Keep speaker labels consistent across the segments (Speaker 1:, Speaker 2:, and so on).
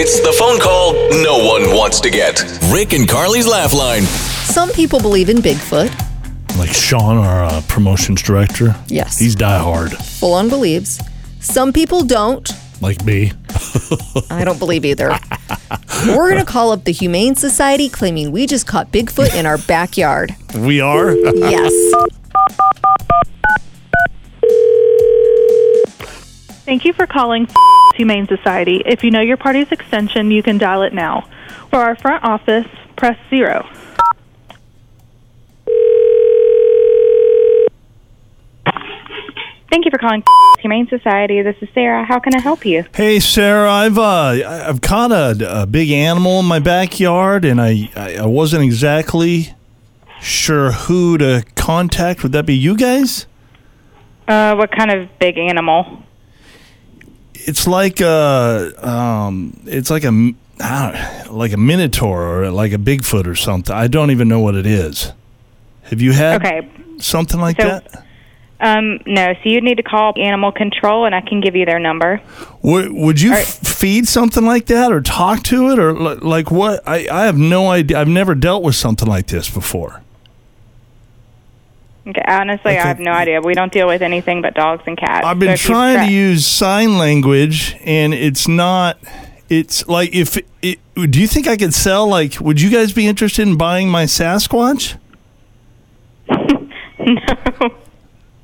Speaker 1: It's the phone call no one wants to get. Rick and Carly's Laugh Line.
Speaker 2: Some people believe in Bigfoot.
Speaker 3: Like Sean, our uh, promotions director.
Speaker 2: Yes.
Speaker 3: He's diehard,
Speaker 2: Full on believes. Some people don't.
Speaker 3: like me.
Speaker 2: I don't believe either. We're going to call up the Humane Society claiming we just caught Bigfoot in our backyard.
Speaker 3: We are.
Speaker 2: Yes.
Speaker 4: Thank you for calling Humane Society. If you know your party's extension, you can dial it now. For our front office, press zero. Thank you for calling Humane Society. This is Sarah. How can I help you?
Speaker 3: Hey, Sarah, I've uh, I- I've caught a, a big animal in my backyard, and I, I I wasn't exactly sure who to contact. Would that be you guys?
Speaker 4: Uh, what kind of big animal?
Speaker 3: It's like a um, it's like a m- I don't, like a minotaur or like a bigfoot or something. I don't even know what it is. Have you had
Speaker 4: Okay.
Speaker 3: something like
Speaker 4: So-
Speaker 3: that?
Speaker 4: Um, no, so you'd need to call animal control and I can give you their number.
Speaker 3: Would, would you f- feed something like that or talk to it or li- like what? I, I have no idea. I've never dealt with something like this before.
Speaker 4: Okay, honestly,
Speaker 3: Okay.
Speaker 4: I have no idea. We don't deal with anything but dogs and cats.
Speaker 3: I've
Speaker 4: So
Speaker 3: been
Speaker 4: if you
Speaker 3: trying
Speaker 4: press-
Speaker 3: to use sign language and it's not. It's like if it, do you think I could sell? Like, would you guys be interested in buying my Sasquatch?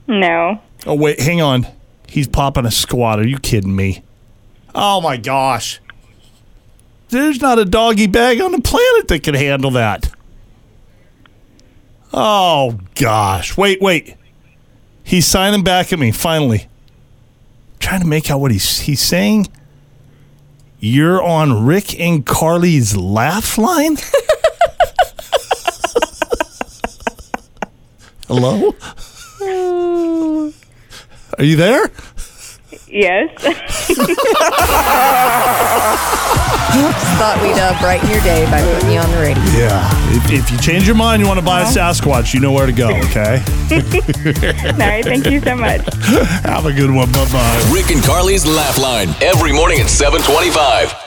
Speaker 4: No.
Speaker 3: Oh wait, hang on. He's popping a squat. Are you kidding me? Oh my gosh. There's not a doggy bag on the planet that can handle that. Oh gosh. Wait, wait. He's signing back at me finally. Trying to make out what he's he's saying. You're on Rick and Carly's laugh line? Hello? Are you there?
Speaker 4: Yes.
Speaker 2: Thought we'd uh, brighten your day by putting you on the radio.
Speaker 3: Yeah. If, if you change your mind, you want to buy a Sasquatch, you know where to go, okay?
Speaker 4: All right. Thank you so much.
Speaker 3: Have a good one. Bye bye.
Speaker 1: Rick and Carly's Laugh Line. Every morning at 725.